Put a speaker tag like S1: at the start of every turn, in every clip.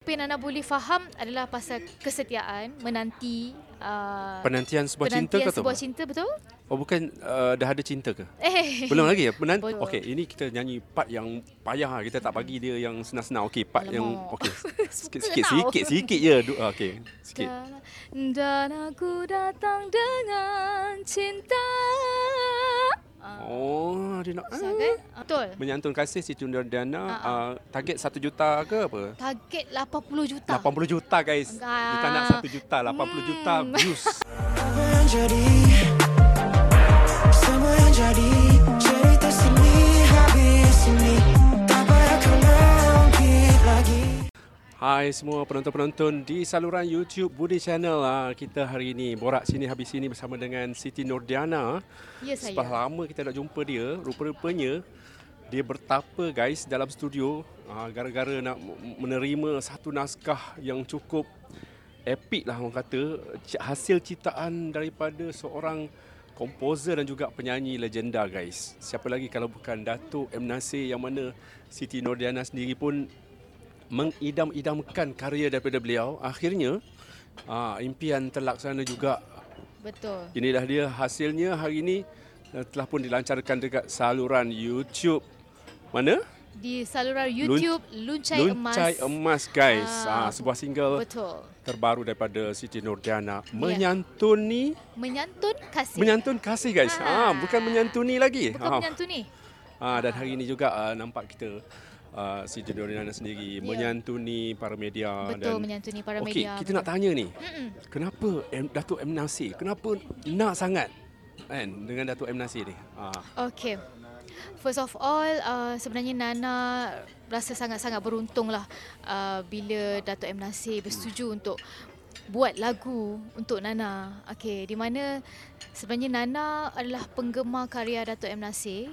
S1: apa yang Nana boleh faham adalah pasal kesetiaan, menanti uh,
S2: Penantian sebuah
S1: penantian
S2: cinta ke tu?
S1: sebuah cinta betul?
S2: Oh bukan uh, dah ada cinta ke?
S1: Eh.
S2: Belum lagi ya? Penan-
S1: Belum.
S2: Okey, ini kita nyanyi part yang payah lah. Kita tak bagi dia yang senang-senang. Okey, part yang
S1: Alamak.
S2: okey.
S1: Suka
S2: Sikit-sikit
S1: tau.
S2: sikit sikit je. Du- ah, Okey, sikit.
S1: Dan, dan aku datang dengan cinta. Oh.
S2: Oh, dia nak
S1: Susah kan? Betul.
S2: menyantun kasih si Tunda Dana
S1: Ah,
S2: uh, target 1 juta ke apa?
S1: Target 80 juta.
S2: 80 juta guys.
S1: Enggak.
S2: Kita nak 1 juta, 80 juta
S1: Hmm.
S2: views.
S3: Semua yang jadi Semua yang jadi Cerita sini habis ini Tak payah kau langkit lagi
S2: Hai semua penonton-penonton di saluran YouTube Budi Channel ah, kita hari ini borak sini habis sini bersama dengan Siti Nordiana.
S1: Ya saya.
S2: Sebab lama kita nak jumpa dia, rupa-rupanya dia bertapa guys dalam studio ah, gara-gara nak m- menerima satu naskah yang cukup epic lah orang kata C- hasil ciptaan daripada seorang komposer dan juga penyanyi legenda guys. Siapa lagi kalau bukan Datuk M Nasir yang mana Siti Nordiana sendiri pun mengidam-idamkan karya daripada beliau. Akhirnya ah, impian terlaksana juga
S1: Betul.
S2: Inilah dia hasilnya hari ini uh, telah pun dilancarkan dekat saluran YouTube. Mana?
S1: Di saluran YouTube Luncai, Emas.
S2: Luncai Emas guys.
S1: Ah,
S2: Ah, sebuah single
S1: Betul. Ya.
S2: terbaru daripada Siti Nordiana menyantuni
S1: Menyantun kasih.
S2: menyantun kasih guys.
S1: Ah.
S2: Ah, bukan menyantuni lagi.
S1: Bukan
S2: Ah.
S1: menyantuni.
S2: Ah, dan hari ini juga ah, nampak kita ah, Siti Nordiana
S1: Ya.
S2: sendiri menyantuni para media
S1: Betul
S2: Ah, dan
S1: menyantuni para
S2: Okey,
S1: media.
S2: kita nak tanya ni.
S1: Mm-mm.
S2: Kenapa M, Datuk M Nasir? Kenapa nak sangat kan dengan Datuk M Nasir ni? Ah.
S1: Okay. First of all, uh, sebenarnya Nana rasa sangat-sangat beruntung lah uh, bila Dato' M. Nasir bersetuju untuk buat lagu untuk Nana. Okay, di mana sebenarnya Nana adalah penggemar karya Dato' M. Nasir.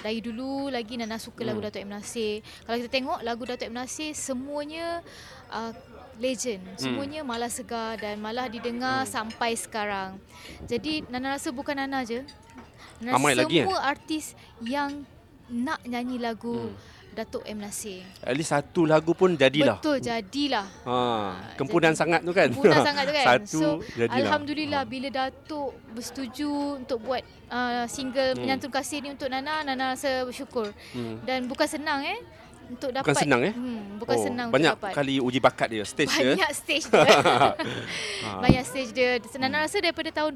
S1: Dari dulu lagi Nana suka lagu Dato' M. Nasir. Kalau kita tengok lagu Dato' M. Nasir semuanya uh, legend. Semuanya malah segar dan malah didengar sampai sekarang. Jadi Nana rasa bukan Nana je. Nana
S2: Ramai
S1: semua
S2: lagi, eh?
S1: artis yang nak nyanyi lagu Datuk M. Nasir.
S2: At least satu lagu pun Hmm. jadilah.
S1: Betul, jadilah.
S2: Ha, kempunan
S1: jadi-
S2: sangat tu kan.
S1: Mudah sangat tu kan.
S2: Satu
S1: so,
S2: jadilah. Hmm.
S1: Alhamdulillah bila Datuk bersetuju untuk buat uh, single hmm. Menyantun Kasih ni untuk Nana, Nana rasa bersyukur.
S2: Hmm.
S1: Dan bukan senang eh untuk dapat.
S2: senang, eh?
S1: Hmm, bukan senang
S2: Banyak
S1: untuk dapat.
S2: kali uji bakat dia, stage dia. eh? Ha,
S1: Banyak stage dia. Banyak lah, stage dia.
S2: Hmm.
S1: Nana rasa daripada tahun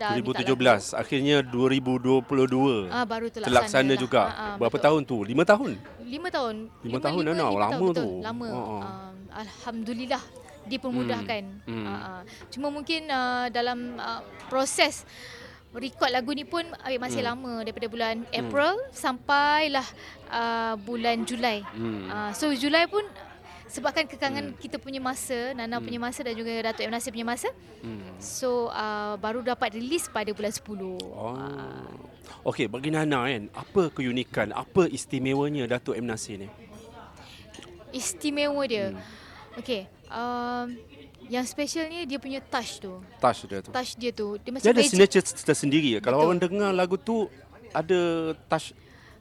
S1: 2017 Nana dah minta lagu.
S2: 2017, akhirnya 2022.
S1: Ah, baru terlaksana
S2: terlaksana
S1: lah.
S2: juga.
S1: Ah, ah,
S2: Berapa
S1: betul.
S2: tahun tu? Lima tahun.
S1: Lima tahun.
S2: Lima tahun, Nana. Lama
S1: betul.
S2: tu.
S1: Lama.
S2: Ha, ha.
S1: Um, Alhamdulillah dipermudahkan.
S2: Hmm, hmm.
S1: Ha, ha. Cuma mungkin uh, dalam uh, proses rekod lagu ni pun ambil masih
S2: Hmm.
S1: lama daripada bulan April sampailah uh, bulan Julai.
S2: Hmm.
S1: Uh, so Julai pun sebabkan kekangan kita punya masa, Nana punya masa dan juga Datuk M Nasir punya masa.
S2: Hmm.
S1: So uh, baru dapat release pada bulan 10. Oh.
S2: Oh. Okey, bagi Nana kan, apa keunikan, apa istimewanya Datuk M Nasir ni?
S1: Istimewa dia. Hmm. Okey. Um, yang specialnya dia punya touch tu.
S2: Touch dia tu.
S1: Touch dia tu. Dia macam
S2: Dia ada
S1: magic.
S2: signature tersendiri. Kalau
S1: Betul.
S2: orang dengar lagu tu ada touch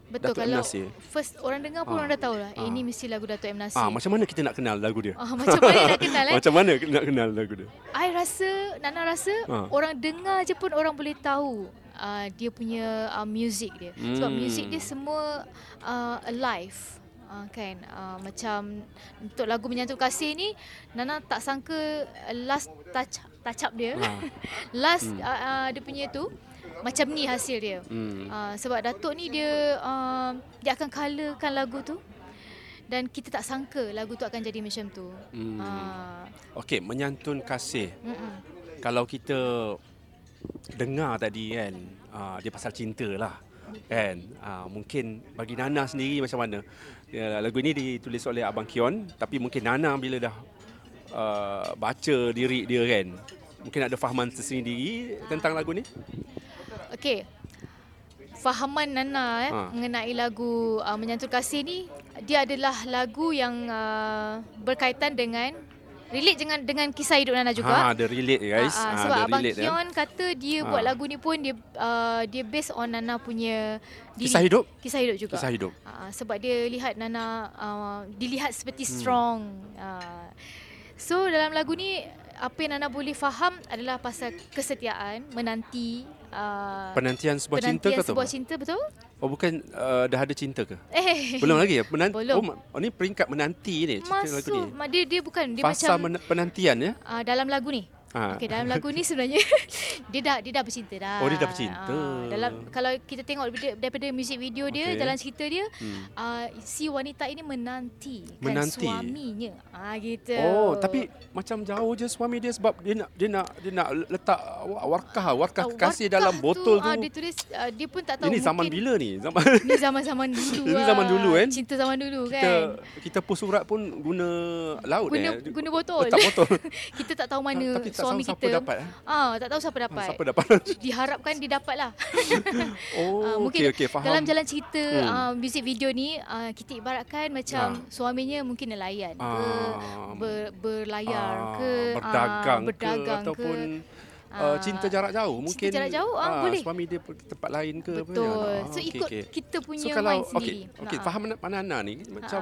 S1: Betul
S2: Dato' M.
S1: kalau
S2: Nasir.
S1: first orang dengar pun
S2: Ah.
S1: orang dah tahu lah.
S2: Ah.
S1: Ini mesti lagu Dato' M Nasir.
S2: Ah, Oh, macam mana kita nak kenal lagu dia?
S1: Ah, macam mana nak kenal eh?
S2: Macam mana nak kenal lagu dia?
S1: I rasa, Nana rasa
S2: Ah.
S1: orang dengar je pun orang boleh tahu uh, dia punya uh, music dia. Sebab
S2: Hmm.
S1: music dia semua uh, alive. Uh, kan uh, macam untuk lagu menyantun kasih ni Nana tak sangka uh, last touch touch up dia
S2: Ah.
S1: last hmm. uh, uh, dia punya tu macam ni hasil dia
S2: Hmm.
S1: Uh, sebab Datuk ni dia uh, dia akan colourkan lagu tu dan kita tak sangka lagu tu akan jadi macam tu.
S2: Hmm.
S1: Uh,
S2: Okey, menyantun kasih. Kalau kita dengar tadi kan, ah, dia pasal cinta lah. Kan? Ah, mungkin bagi Nana sendiri macam mana? Ya, lagu ini ditulis oleh Abang Kion, tapi mungkin Nana bila dah ah, baca lirik dia kan, mungkin ada fahaman tersendiri tentang lagu ni?
S1: Okey. Fahaman Nana eh,
S2: Ha.
S1: mengenai lagu uh, Menyantun Kasih ni dia adalah lagu yang uh, berkaitan dengan relate dengan dengan kisah hidup Nana juga.
S2: Ha, ada relate guys.
S1: Ah, ah,
S2: Ah,
S1: sebab
S2: ada
S1: Abang
S2: relate, eh.
S1: Kion kata dia buat
S2: Ah.
S1: lagu ni pun dia uh, dia based on Nana punya diri.
S2: Kisah hidup.
S1: Kisah hidup juga.
S2: Kisah hidup.
S1: Ah, sebab dia lihat Nana uh, dilihat seperti
S2: Hmm.
S1: strong. Uh, so dalam lagu ni apa yang Nana boleh faham adalah pasal kesetiaan, menanti uh,
S2: Penantian sebuah cinta ke tu?
S1: sebuah cinta betul?
S2: Oh bukan uh, dah ada cinta ke?
S1: Eh.
S2: Belum lagi ya? Menanti,
S1: Belum.
S2: Oh, ma- oh, ni peringkat menanti ni. Cerita lagu ni.
S1: Masuk ma- dia dia bukan dia
S2: Fasa
S1: macam
S2: men- penantian ya?
S1: uh, dalam lagu ni.
S2: Ha.
S1: Okey, dalam lagu ni sebenarnya dia dah dia dah bercinta dah.
S2: Oh, dia dah bercinta.
S1: Ah, dalam kalau kita tengok daripada, daripada music video dia,
S2: Okey.
S1: dalam cerita dia,
S2: Hmm.
S1: uh, si wanita ini menanti kan
S2: Menanti.
S1: suaminya. Ah gitu.
S2: Oh, tapi macam jauh je suami dia sebab dia nak dia nak dia nak letak wa- warkah warkah
S1: Ah,
S2: kekasih
S1: warkah
S2: dalam botol tu.
S1: ah, dia tulis ah, dia pun tak tahu
S2: Ini zaman
S1: mungkin
S2: bila ni? Zaman
S1: Ni zaman-zaman dulu.
S2: Ini zaman
S1: ah.
S2: dulu, kan?
S1: Cinta zaman dulu
S2: kita
S1: kan.
S2: kita pus surat pun guna laut
S1: Guna
S2: eh.
S1: guna botol.
S2: Letak botol.
S1: kita tak tahu mana
S2: Tapi tak
S1: suami
S2: tahu siapa
S1: kita.
S2: dapat, eh?
S1: Ah, tak tahu siapa dapat.
S2: Siapa dapat?
S1: Diharapkan dia dapat lah.
S2: Oh,
S1: Ah, mungkin
S2: okey okey faham.
S1: dalam jalan cerita
S2: Hmm.
S1: hmm. uh, music video ni uh, kita ibaratkan macam suaminya mungkin nelayan ke
S2: Ah.
S1: ber, berlayar
S2: Ah,
S1: ke ah,
S2: berdagang,
S1: berdagang
S2: ke ataupun
S1: Ah,
S2: Uh, cinta jarak jauh mungkin
S1: jarak jauh, ah,
S2: ah,
S1: boleh.
S2: suami dia pergi tempat lain ke apa
S1: betul
S2: kan? Ah,
S1: so
S2: okey,
S1: ikut
S2: okey.
S1: kita punya
S2: so, kalau,
S1: mind sendiri
S2: Okey, okay,
S1: Ah,
S2: faham mana, mana Ana ni macam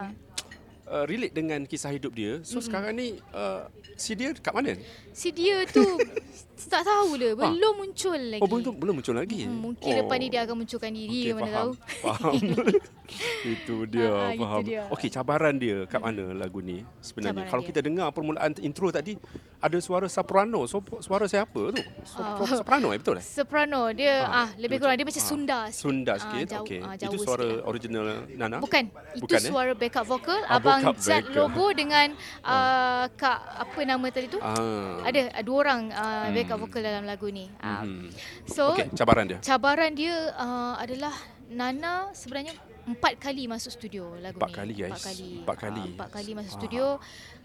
S2: uh, relate dengan kisah hidup dia. So mm-hmm. sekarang ni uh, si dia dekat mana?
S1: si dia tu tak tahulah belum muncul lagi
S2: Ah. Oh belum belum muncul lagi.
S1: Hmm, mungkin
S2: oh.
S1: oh. depan ni dia akan munculkan diri
S2: Okey,
S1: okay, mana
S2: faham.
S1: tahu
S2: Faham. itu dia,
S1: Ah, ah, itu
S2: faham.
S1: dia.
S2: Okey, cabaran dia kat mana lagu ni
S1: Cabaran
S2: sebenarnya? Kalau
S1: dia.
S2: kita dengar permulaan intro tadi ada suara soprano. So, suara siapa tu? So,
S1: Ah.
S2: Soprano eh betul eh?
S1: soprano dia
S2: Ah,
S1: ah, lebih
S2: dia
S1: kurang dia
S2: macam-
S1: macam
S2: ah,
S1: Sunda sikit.
S2: Sunda
S1: Ah,
S2: sikit.
S1: jauh-
S2: Okey.
S1: ah,
S2: itu
S1: jauh
S2: suara
S1: sikit lah.
S2: original Nana?
S1: Bukan. Itu
S2: Bukan, eh?
S1: suara backup vokal
S2: Ah,
S1: abang
S2: backup
S1: Zat
S2: vocal.
S1: Lobo dengan uh, kak apa nama tadi tu?
S2: Ah.
S1: Ada uh, dua orang uh, backup vokal dalam lagu ni. Uh,
S2: Hmm.
S1: So
S2: Okey, cabaran dia.
S1: cabaran dia uh, adalah Nana sebenarnya empat kali masuk studio lagu
S2: Empat
S1: ni.
S2: kali, guys. Empat
S1: Empat
S2: kali.
S1: kali. Ah, empat kali masuk
S2: Ah.
S1: studio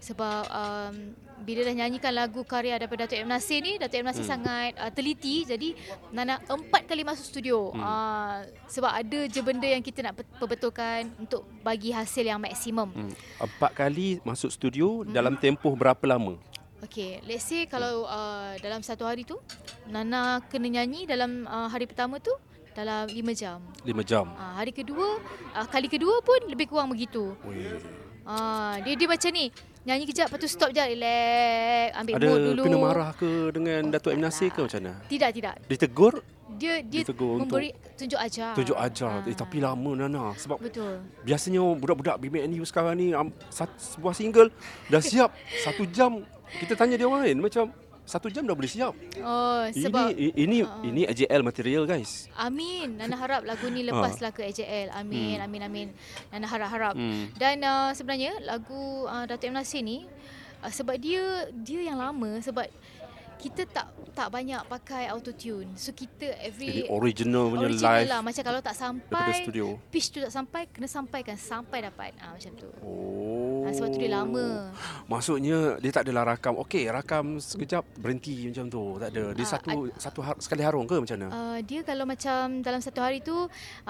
S1: sebab um, bila dah nyanyikan lagu karya daripada Dato' M. Nasir ni, Dato' M. Nasir hmm. sangat uh, teliti. Jadi Nana empat kali masuk studio. Hmm. Uh, sebab ada je benda yang kita nak pe- perbetulkan untuk bagi hasil yang maksimum. Hmm.
S2: Hmm. Empat kali masuk studio hmm. dalam tempoh berapa lama?
S1: Okay, let's say kalau uh, dalam satu hari tu Nana kena nyanyi dalam uh, hari pertama tu dalam lima jam.
S2: Lima jam.
S1: Ah, hari kedua, ah, kali kedua pun lebih kurang begitu.
S2: Weh.
S1: Ah, dia dia macam ni. Nyanyi kejap, lepas tu stop je, relax, ambil
S2: Ada
S1: mood dulu. lah.
S2: kena marah ke dengan Datuk M Nasir ke macam mana?
S1: Tidak, tidak.
S2: Ditegur
S1: Dia dia
S2: Ditegur untuk-
S1: memberi tunjuk ajar.
S2: Tunjuk ajar. Eh,
S1: Ah,
S2: tapi lama Nana sebab
S1: Betul.
S2: biasanya budak-budak BMNU sekarang ni um, sat- sebuah single dah siap satu jam. Kita tanya dia orang lain macam satu jam dah boleh siap.
S1: Oh, sebab
S2: ini i- ini uh, ini AJL material guys.
S1: Amin. Nana harap lagu
S2: Ha.
S1: ni lepaslah ke AJL. Amin, amin, amin. Nana harap-harap.
S2: Hmm.
S1: Dan uh, sebenarnya lagu uh, Dato' M. Nasir ni uh, sebab dia dia yang lama sebab kita tak tak banyak pakai autotune. So kita
S2: Ini
S1: every
S2: original punya
S1: original
S2: live.
S1: lah. Macam kalau tak
S2: daripada
S1: sampai
S2: studio.
S1: pitch tu tak sampai kena sampaikan sampai dapat. Ah macam tu.
S2: Oh.
S1: Ah, sebab tu dia lama.
S2: Maksudnya dia tak adalah rakam. Okey, rakam sekejap berhenti macam tu. Tak ada. Dia
S1: Ah,
S2: satu satu har- sekali harung ke macam mana?
S1: Uh, dia kalau macam dalam satu hari tu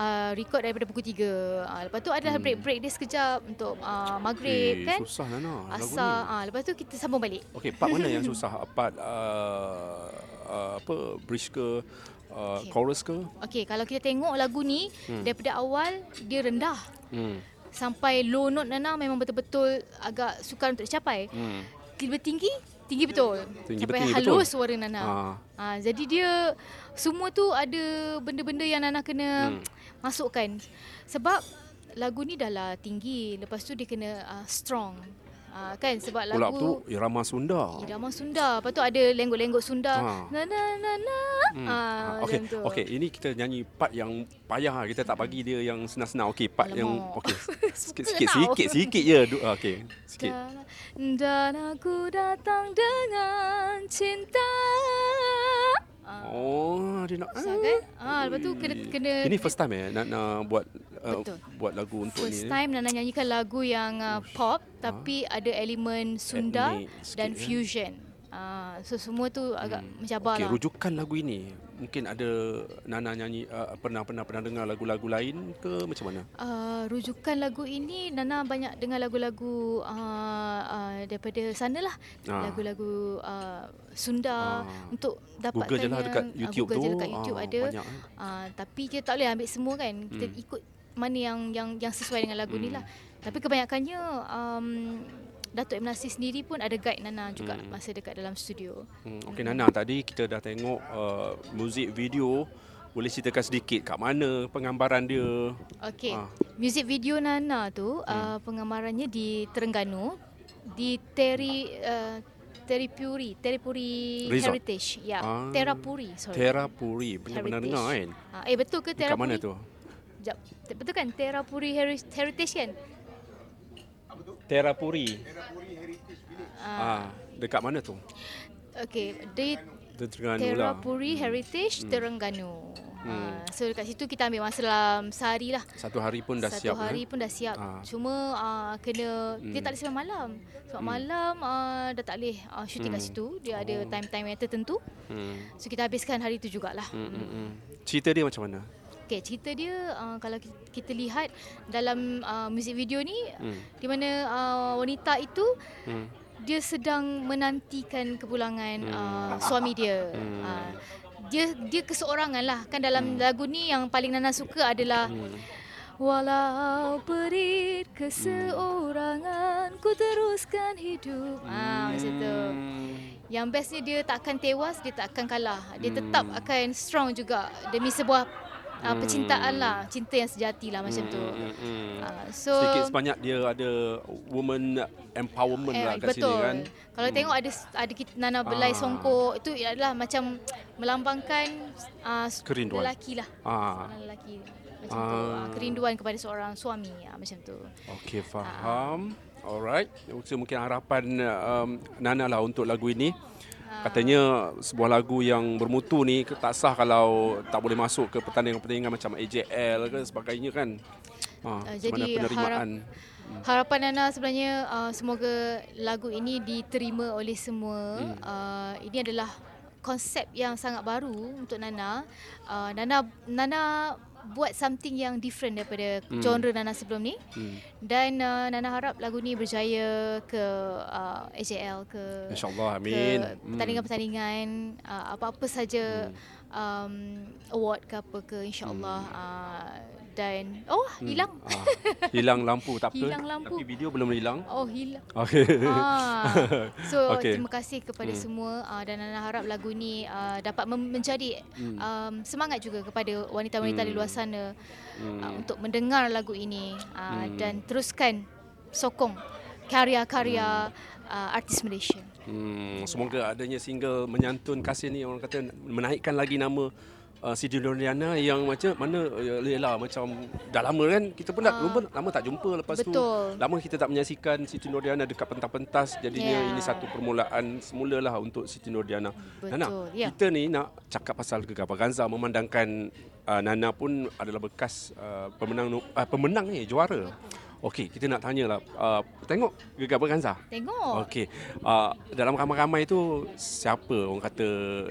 S1: uh, record daripada pukul 3. Uh, lepas tu adalah
S2: Hmm.
S1: break-break dia sekejap untuk uh, maghrib kan.
S2: susah Nana lagu
S1: Asal
S2: ni.
S1: ah lepas tu kita sambung balik.
S2: Okey, part mana yang susah? Part uh, uh, apa bridge ke uh,
S1: Okey.
S2: chorus ke?
S1: Okey, kalau kita tengok lagu ni hmm. daripada awal dia rendah
S2: Hmm.
S1: sampai low note Nana memang betul-betul agak sukar untuk dicapai.
S2: Hmm.
S1: Tiba tinggi, tinggi betul.
S2: Tinggi
S1: sampai
S2: betul,
S1: halus
S2: betul.
S1: suara Nana.
S2: Ha.
S1: Ha. jadi dia semua tu ada benda-benda yang Nana kena
S2: Hmm.
S1: hmm. masukkan. Sebab lagu ni dah lah tinggi, lepas tu dia kena uh, strong. Uh, kan sebab
S2: Pula
S1: lagu Ya.
S2: tu irama Sunda.
S1: Irama Sunda. Lepas tu ada lenggok-lenggok Sunda.
S2: Ha.
S1: Na na na na. Hmm. Ah,
S2: Ah,
S1: okay.
S2: okey, okey. Ini kita nyanyi part yang payah. Kita tak bagi dia yang senang-senang. Okey, part yang
S1: Alamak.
S2: okey. Sikit
S1: Suka
S2: sikit
S1: tau.
S2: sikit sikit je. Du- ah, Okey, sikit.
S1: Dan, dan aku datang dengan cinta. Ah,
S2: Oh, dia nak.
S1: Susah kan? Ah, lepas tu kena kena
S2: Ini first time eh nak, nak buat uh,
S1: Betul.
S2: buat lagu untuk
S1: First
S2: ni. eh?
S1: time Nana nyanyikan lagu yang uh, pop tapi ada elemen Sunda
S2: Etnik sikit,
S1: dan
S2: kan?
S1: fusion. Ah, so semua tu agak mencabar
S2: Okey,
S1: lah.
S2: rujukan lagu ini. Mungkin ada Nana nyanyi uh, pernah pernah pernah dengar lagu-lagu lain ke macam mana?
S1: Uh, rujukan lagu ini Nana banyak dengar lagu-lagu uh, uh, daripada sanalah
S2: Ah.
S1: lagu-lagu uh, Sunda
S2: Ah.
S1: untuk dapat uh,
S2: Google je lah dekat YouTube
S1: Google je
S2: tu.
S1: dekat YouTube
S2: Ah,
S1: ada.
S2: banyak, eh.
S1: Uh, tapi kita tak boleh ambil semua kan. Kita hmm. ikut mana yang yang yang sesuai dengan lagu hmm. ni lah. Tapi kebanyakannya um, Datuk M Nasir sendiri pun ada guide Nana juga hmm. masa dekat dalam studio.
S2: Hmm, Okey Nana, tadi kita dah tengok uh, muzik video. Boleh ceritakan sedikit kat mana penggambaran dia?
S1: Okey.
S2: Ah.
S1: Music video Nana tu hmm. uh, penggambarannya di Terengganu di Teri uh, Teripuri, Teripuri
S2: Resort.
S1: Heritage. Ya,
S2: Ah.
S1: Terapuri, sorry.
S2: Terapuri, pernah-pernah
S1: Heritage.
S2: dengar kan?
S1: Ah, eh betul ke
S2: Kat
S1: Terapuri?
S2: mana tu?
S1: Sekejap. Te- Betul kan Terapuri Heri- Heritage kan?
S2: Terapuri.
S1: Ah.
S2: Ah, dekat mana tu?
S1: Okey, di
S2: Terengganu lah. Hmm.
S1: Terapuri Heritage Terengganu. Ah, so dekat situ kita ambil masa dalam sehari lah.
S2: Satu hari pun dah
S1: Satu
S2: siap.
S1: hari
S2: eh?
S1: pun dah siap.
S2: Ah. Hmm.
S1: Cuma uh, kena dia tak boleh sampai malam. Sebab malam uh, dah tak boleh uh, syuting kat situ. Dia ada
S2: Oh.
S1: time-time yang tertentu.
S2: Hmm.
S1: So kita habiskan hari tu jugalah.
S2: Hmm, hmm, hmm. Cerita dia macam mana?
S1: Okey, cerita dia uh, kalau ki- kita lihat dalam uh, music video ni
S2: Hmm.
S1: di mana uh, wanita itu
S2: Hmm.
S1: dia sedang menantikan kepulangan uh, suami dia.
S2: Hmm.
S1: Uh, dia dia keseorangan lah. Kan dalam lagu ni yang paling Nana suka adalah
S2: Hmm.
S1: Walau perit keseorangan ku teruskan hidup.
S2: Hmm.
S1: Ah macam tu. Yang bestnya dia tak akan tewas, dia tak akan kalah. Dia
S2: Hmm.
S1: tetap akan strong juga demi sebuah uh, percintaan lah, cinta yang sejati lah macam tu.
S2: Hmm, hmm.
S1: Uh, so
S2: Sedikit sebanyak dia ada woman empowerment
S1: Eh,
S2: lah kat
S1: betul.
S2: sini kan.
S1: Kalau hmm. tengok ada ada kita, Nana Belai
S2: Ah.
S1: Songkok itu adalah macam melambangkan uh,
S2: Kerinduan.
S1: lelaki lah.
S2: Ah,
S1: Seorang lelaki macam tu. Ah,
S2: Ah.
S1: kerinduan kepada seorang suami ah, macam tu.
S2: okey faham. Alright, so mungkin harapan um, Nana lah untuk lagu ini.
S1: Ah.
S2: Katanya sebuah lagu yang bermutu ni ke- tak sah kalau tak boleh masuk ke pertandingan-pertandingan macam AJL ke sebagainya kan. Ha,
S1: Ah,
S2: macam mana
S1: jadi
S2: penerimaan?
S1: Harapan Nana sebenarnya uh, semoga lagu ini diterima oleh semua. Hmm. Uh, ini adalah konsep yang sangat baru untuk Nana. Uh, Nana Nana buat something yang different daripada hmm. genre Nana sebelum ni.
S2: Hmm.
S1: Dan uh, Nana harap lagu ni berjaya ke uh, AJL ke
S2: InsyaAllah, amin.
S1: ke pertandingan-pertandingan uh, apa-apa saja um, award ke apa ke insyaallah uh, dan oh hilang
S2: Ah, hilang lampu tak apa.
S1: Hilang lampu.
S2: Tapi video belum hilang.
S1: oh hilang
S2: Okey.
S1: ah. So
S2: Okey.
S1: okay. terima kasih kepada hmm. semua uh, dan Nana harap lagu ni uh, dapat mem- menjadi hmm. um, semangat juga kepada wanita-wanita hmm. di luar sana hmm. uh, untuk mendengar lagu ini uh, hmm. dan teruskan sokong karya-karya hmm. uh, artis Malaysia.
S2: Hmm, semoga adanya single menyantun kasih ni orang kata menaikkan lagi nama uh, Siti Nurliana yang macam mana uh, Lela macam dah lama kan kita pun dah uh, lama, lama tak jumpa lepas
S1: Ah. betul.
S2: tu lama kita tak menyaksikan Siti Nurliana dekat pentas-pentas jadinya
S1: Ya.
S2: yeah. ini satu permulaan semulalah untuk Siti Nurliana.
S1: Betul,
S2: Nana,
S1: ya.
S2: kita ni nak cakap pasal Gegar Ganza memandangkan uh, Nana pun adalah bekas uh, pemenang uh, pemenang ni juara. Okey, kita nak tanyalah uh, tengok Gegar Ganza.
S1: Tengok.
S2: Okey. Uh, dalam ramai-ramai tu siapa orang kata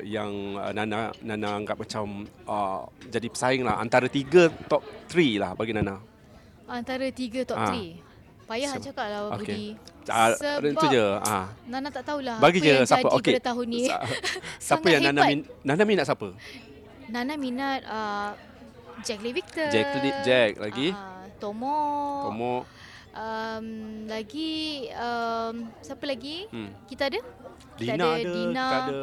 S2: yang uh, Nana Nana anggap macam uh, jadi pesaing lah antara tiga top 3 lah bagi Nana.
S1: Antara tiga top
S2: Ah.
S1: 3. Payah
S2: Seb-
S1: cakap lah
S2: Okey.
S1: Budi.
S2: Ah,
S1: Sebab
S2: itu je. Ah.
S1: Nana tak tahulah
S2: Bagi
S1: apa
S2: je
S1: yang
S2: siapa
S1: jadi
S2: okey.
S1: pada tahun ni.
S2: Sa- siapa
S1: Sangat
S2: yang Nana
S1: hebat.
S2: min, Nana minat siapa?
S1: Nana minat uh, Jack Lee Victor.
S2: Jack Lee- Jack lagi.
S1: Uh, Tomo.
S2: Tomo.
S1: Um, lagi um, siapa lagi?
S2: Hmm.
S1: Kita ada? Kita
S2: Dina ada,
S1: Dina.
S2: kita ada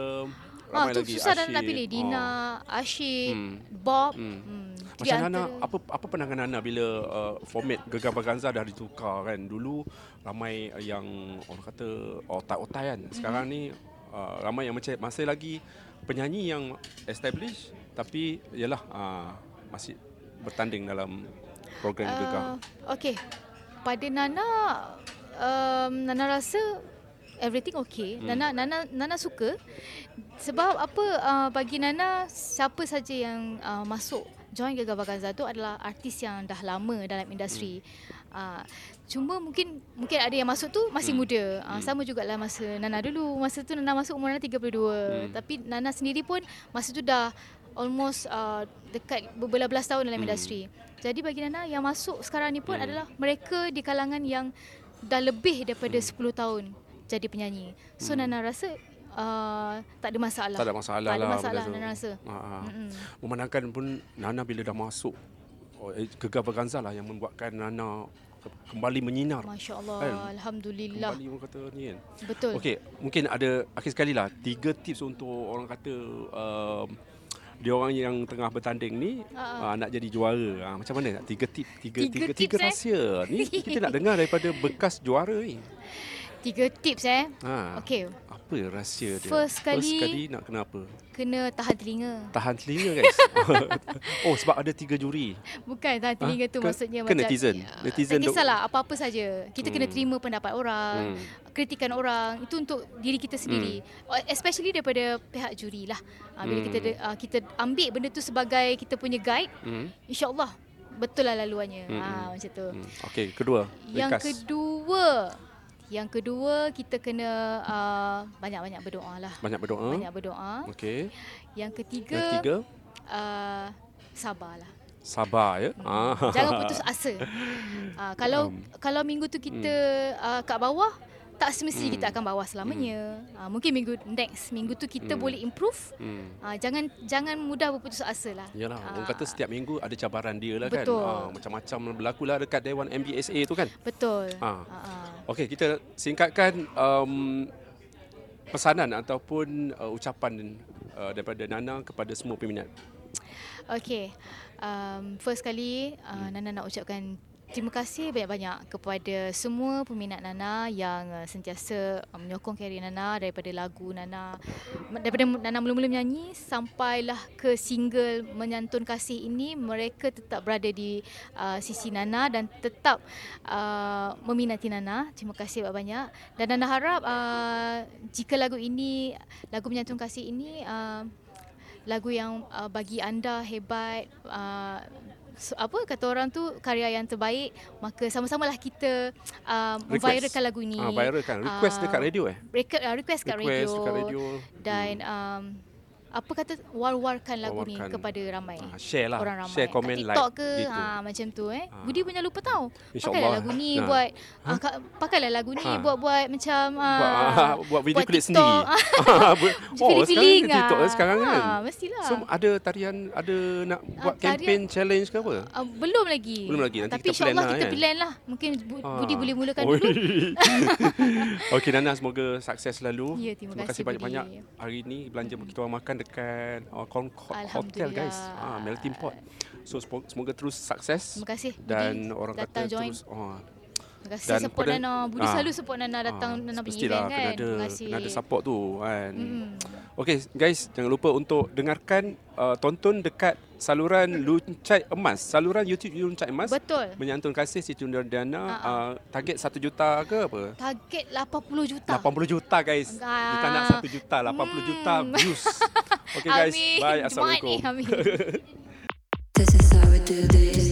S1: Ah,
S2: ramai
S1: tu
S2: lagi. Oh.
S1: susah Nana nak
S2: Ashid.
S1: pilih. Dina, Ashid,
S2: Hmm.
S1: Bob. Hmm.
S2: Hmm.
S1: Hmm. Itu
S2: Macam
S1: di
S2: Nana,
S1: antara-
S2: apa apa pandangan Nana bila uh, format Gegar Baganza dah ditukar kan? Dulu ramai yang orang kata otai-otai kan.
S1: Mm-hmm.
S2: Sekarang ni uh, ramai yang macam masih lagi penyanyi yang established tapi ialah uh, masih bertanding dalam program uh, Gegar.
S1: Uh, okay. Pada Nana, um, Nana rasa everything okay. Hmm. Nana Nana Nana suka sebab apa uh, bagi Nana siapa saja yang uh, masuk join Gegar Baganza tu adalah artis yang dah lama dalam industri. Hmm. Uh, cuma mungkin mungkin ada yang masuk tu masih hmm. muda. Uh, hmm. sama jugalah masa Nana dulu. Masa tu Nana masuk umur Nana 32. Hmm. Tapi Nana sendiri pun masa tu dah almost uh, dekat berbelas-belas tahun dalam hmm. industri. Jadi bagi Nana yang masuk sekarang ni pun hmm. adalah mereka di kalangan yang dah lebih daripada hmm. 10 tahun jadi penyanyi. So hmm. Nana rasa uh, tak ada masalah.
S2: Tak ada masalah
S1: Tak ada
S2: lah
S1: masalah
S2: benda tu.
S1: Nana rasa.
S2: Ha, ha.
S1: Mm-mm.
S2: Memandangkan pun Nana bila dah masuk oh, eh, Gegar Berganza lah yang membuatkan Nana ke- kembali menyinar.
S1: Masya Allah,
S2: Kan?
S1: Alhamdulillah.
S2: Kembali orang kata ni kan.
S1: Betul.
S2: Okey, mungkin ada akhir sekali lah tiga tips untuk orang kata um, dia orang yang tengah bertanding ni
S1: Ha,
S2: uh, nak jadi juara. Uh, macam mana? Tiga tip, tiga
S1: Tiga
S2: tiga tiga,
S1: tips,
S2: tiga
S1: eh?
S2: rahsia. Ni kita nak dengar daripada bekas juara ni.
S1: Tiga tips eh.
S2: Ha.
S1: Okey.
S2: Apa rahsia dia?
S1: First kali-
S2: First kali nak kena apa?
S1: Kena tahan telinga.
S2: Tahan telinga guys. oh sebab ada tiga juri.
S1: Bukan tahan telinga tu
S2: Ah, ke-
S1: maksudnya
S2: ke
S1: macam ya.
S2: netizen?
S1: tak
S2: Netizen dok-
S1: kisahlah apa-apa saja. Kita kena
S2: Hmm.
S1: terima pendapat orang,
S2: Hmm.
S1: kritikan orang. Itu untuk diri kita sendiri. Especially daripada pihak juri lah. Ah, bila
S2: Hmm.
S1: kita de- ah, kita ambil benda tu sebagai kita punya guide,
S2: Hmm.
S1: insya-Allah betul lah laluannya.
S2: Hmm,
S1: Ah
S2: hmm.
S1: macam tu.
S2: Hmm. Okey, kedua.
S1: Yang
S2: Bekas.
S1: kedua, yang kedua kita kena ah, banyak-banyak berdoa lah.
S2: banyak berdoa.
S1: Banyak berdoa.
S2: Okey.
S1: Yang ketiga,
S2: Yang ketiga,
S1: Uh, sabarlah.
S2: sabar ya. Ah.
S1: Hmm. Jangan putus asa. Uh, kalau
S2: Um,
S1: kalau minggu tu kita
S2: hmm.
S1: uh, kat bawah, tak semestinya kita akan bawah selamanya. Uh, mungkin minggu next minggu tu kita boleh improve.
S2: Hmm.
S1: Uh, jangan jangan mudah berputus asa lah.
S2: Yalah, orang
S1: Ah,
S2: kata setiap minggu ada cabaran dia lah kan.
S1: Betul.
S2: Ah, macam-macam berlaku lah dekat Dewan MBSA tu kan.
S1: betul. Ah,
S2: Ah.
S1: ah.
S2: Okey, kita singkatkan um, pesanan ataupun uh, ucapan uh, daripada Nana kepada semua peminat.
S1: Okey. Um, first kali uh, Nana nak ucapkan terima kasih banyak-banyak kepada semua peminat Nana yang uh, sentiasa uh, menyokong karier Nana daripada lagu Nana daripada Nana mula-mula menyanyi sampailah ke single menyantun kasih ini mereka tetap berada di uh, sisi Nana dan tetap uh, meminati Nana. Terima kasih banyak-banyak dan Nana harap uh, jika lagu ini lagu menyantun kasih ini uh, lagu yang uh, bagi anda hebat uh, so- apa kata orang tu karya yang terbaik maka sama-samalah kita uh, memviralkan lagu ni
S2: Ah, viralkan.
S1: Ah,
S2: Request dekat radio eh.
S1: record, uh, request kat radio,
S2: request dekat radio. Hmm.
S1: dan um, apa kata war-warkan lagu
S2: War-warkan.
S1: ni kepada ramai
S2: Ah, share lah.
S1: orang ramai
S2: Share, komen,
S1: kat
S2: like.
S1: TikTok ke
S2: gitu.
S1: ha, macam tu eh
S2: Ah.
S1: Budi punya lupa tahu
S2: InsyaAllah.
S1: pakailah lagu ni
S2: Ah.
S1: buat ha? pakailah lagu ni
S2: Ah.
S1: buat-buat macam
S2: buat,
S1: ah,
S2: buat video klip
S1: TikTok.
S2: sendiri. Buat- oh, sekarang
S1: Feeling-feeling
S2: ni TikTok
S1: ah.
S2: lah sekarang kan.
S1: Ah, mestilah.
S2: So ada tarian ada nak buat
S1: tarian-
S2: campaign challenge ke apa?
S1: Uh, belum lagi.
S2: Belum lagi. Nanti
S1: Tapi
S2: kita plan
S1: insyaAllah
S2: lah,
S1: kita
S2: kan? Ah.
S1: plan lah. Mungkin Bu- Budi boleh mulakan
S2: Oi.
S1: dulu.
S2: Okey Nana semoga sukses selalu.
S1: Ya, terima kasih,
S2: kasih
S1: Budi.
S2: banyak-banyak. Hari ni belanja kita orang makan dekat uh, Concord Hotel
S1: Alhamdulillah.
S2: guys. Ah melting pot. So semoga, semoga terus sukses.
S1: Terima kasih, Budi,
S2: Dan orang
S1: datang
S2: kata
S1: join.
S2: terus oh,
S1: Terima kasih
S2: Dan
S1: support
S2: pada-
S1: Nana. Budi
S2: Ah.
S1: selalu support Nana datang
S2: ah,
S1: Nana punya
S2: pastilah
S1: event kan.
S2: Kena ada,
S1: Terima kasih. Hmm.
S2: kena ada support tu kan.
S1: Mm-mm.
S2: Okey guys, jangan lupa untuk dengarkan uh, tonton dekat saluran Luncai Emas, saluran YouTube Luncai Emas.
S1: Betul.
S2: Menyantun kasih Siti Nurdana
S1: Ah,
S2: uh, target 1 juta ke apa?
S1: Target 80 juta.
S2: 80 juta guys.
S1: Ah.
S2: Kita nak 1 juta, 80 juta
S1: Hmm.
S2: views. Okey guys,
S1: Amin.
S2: bye.
S1: Jemaat ni,
S2: Assalamualaikum.
S1: Amin.
S4: This is how we do this.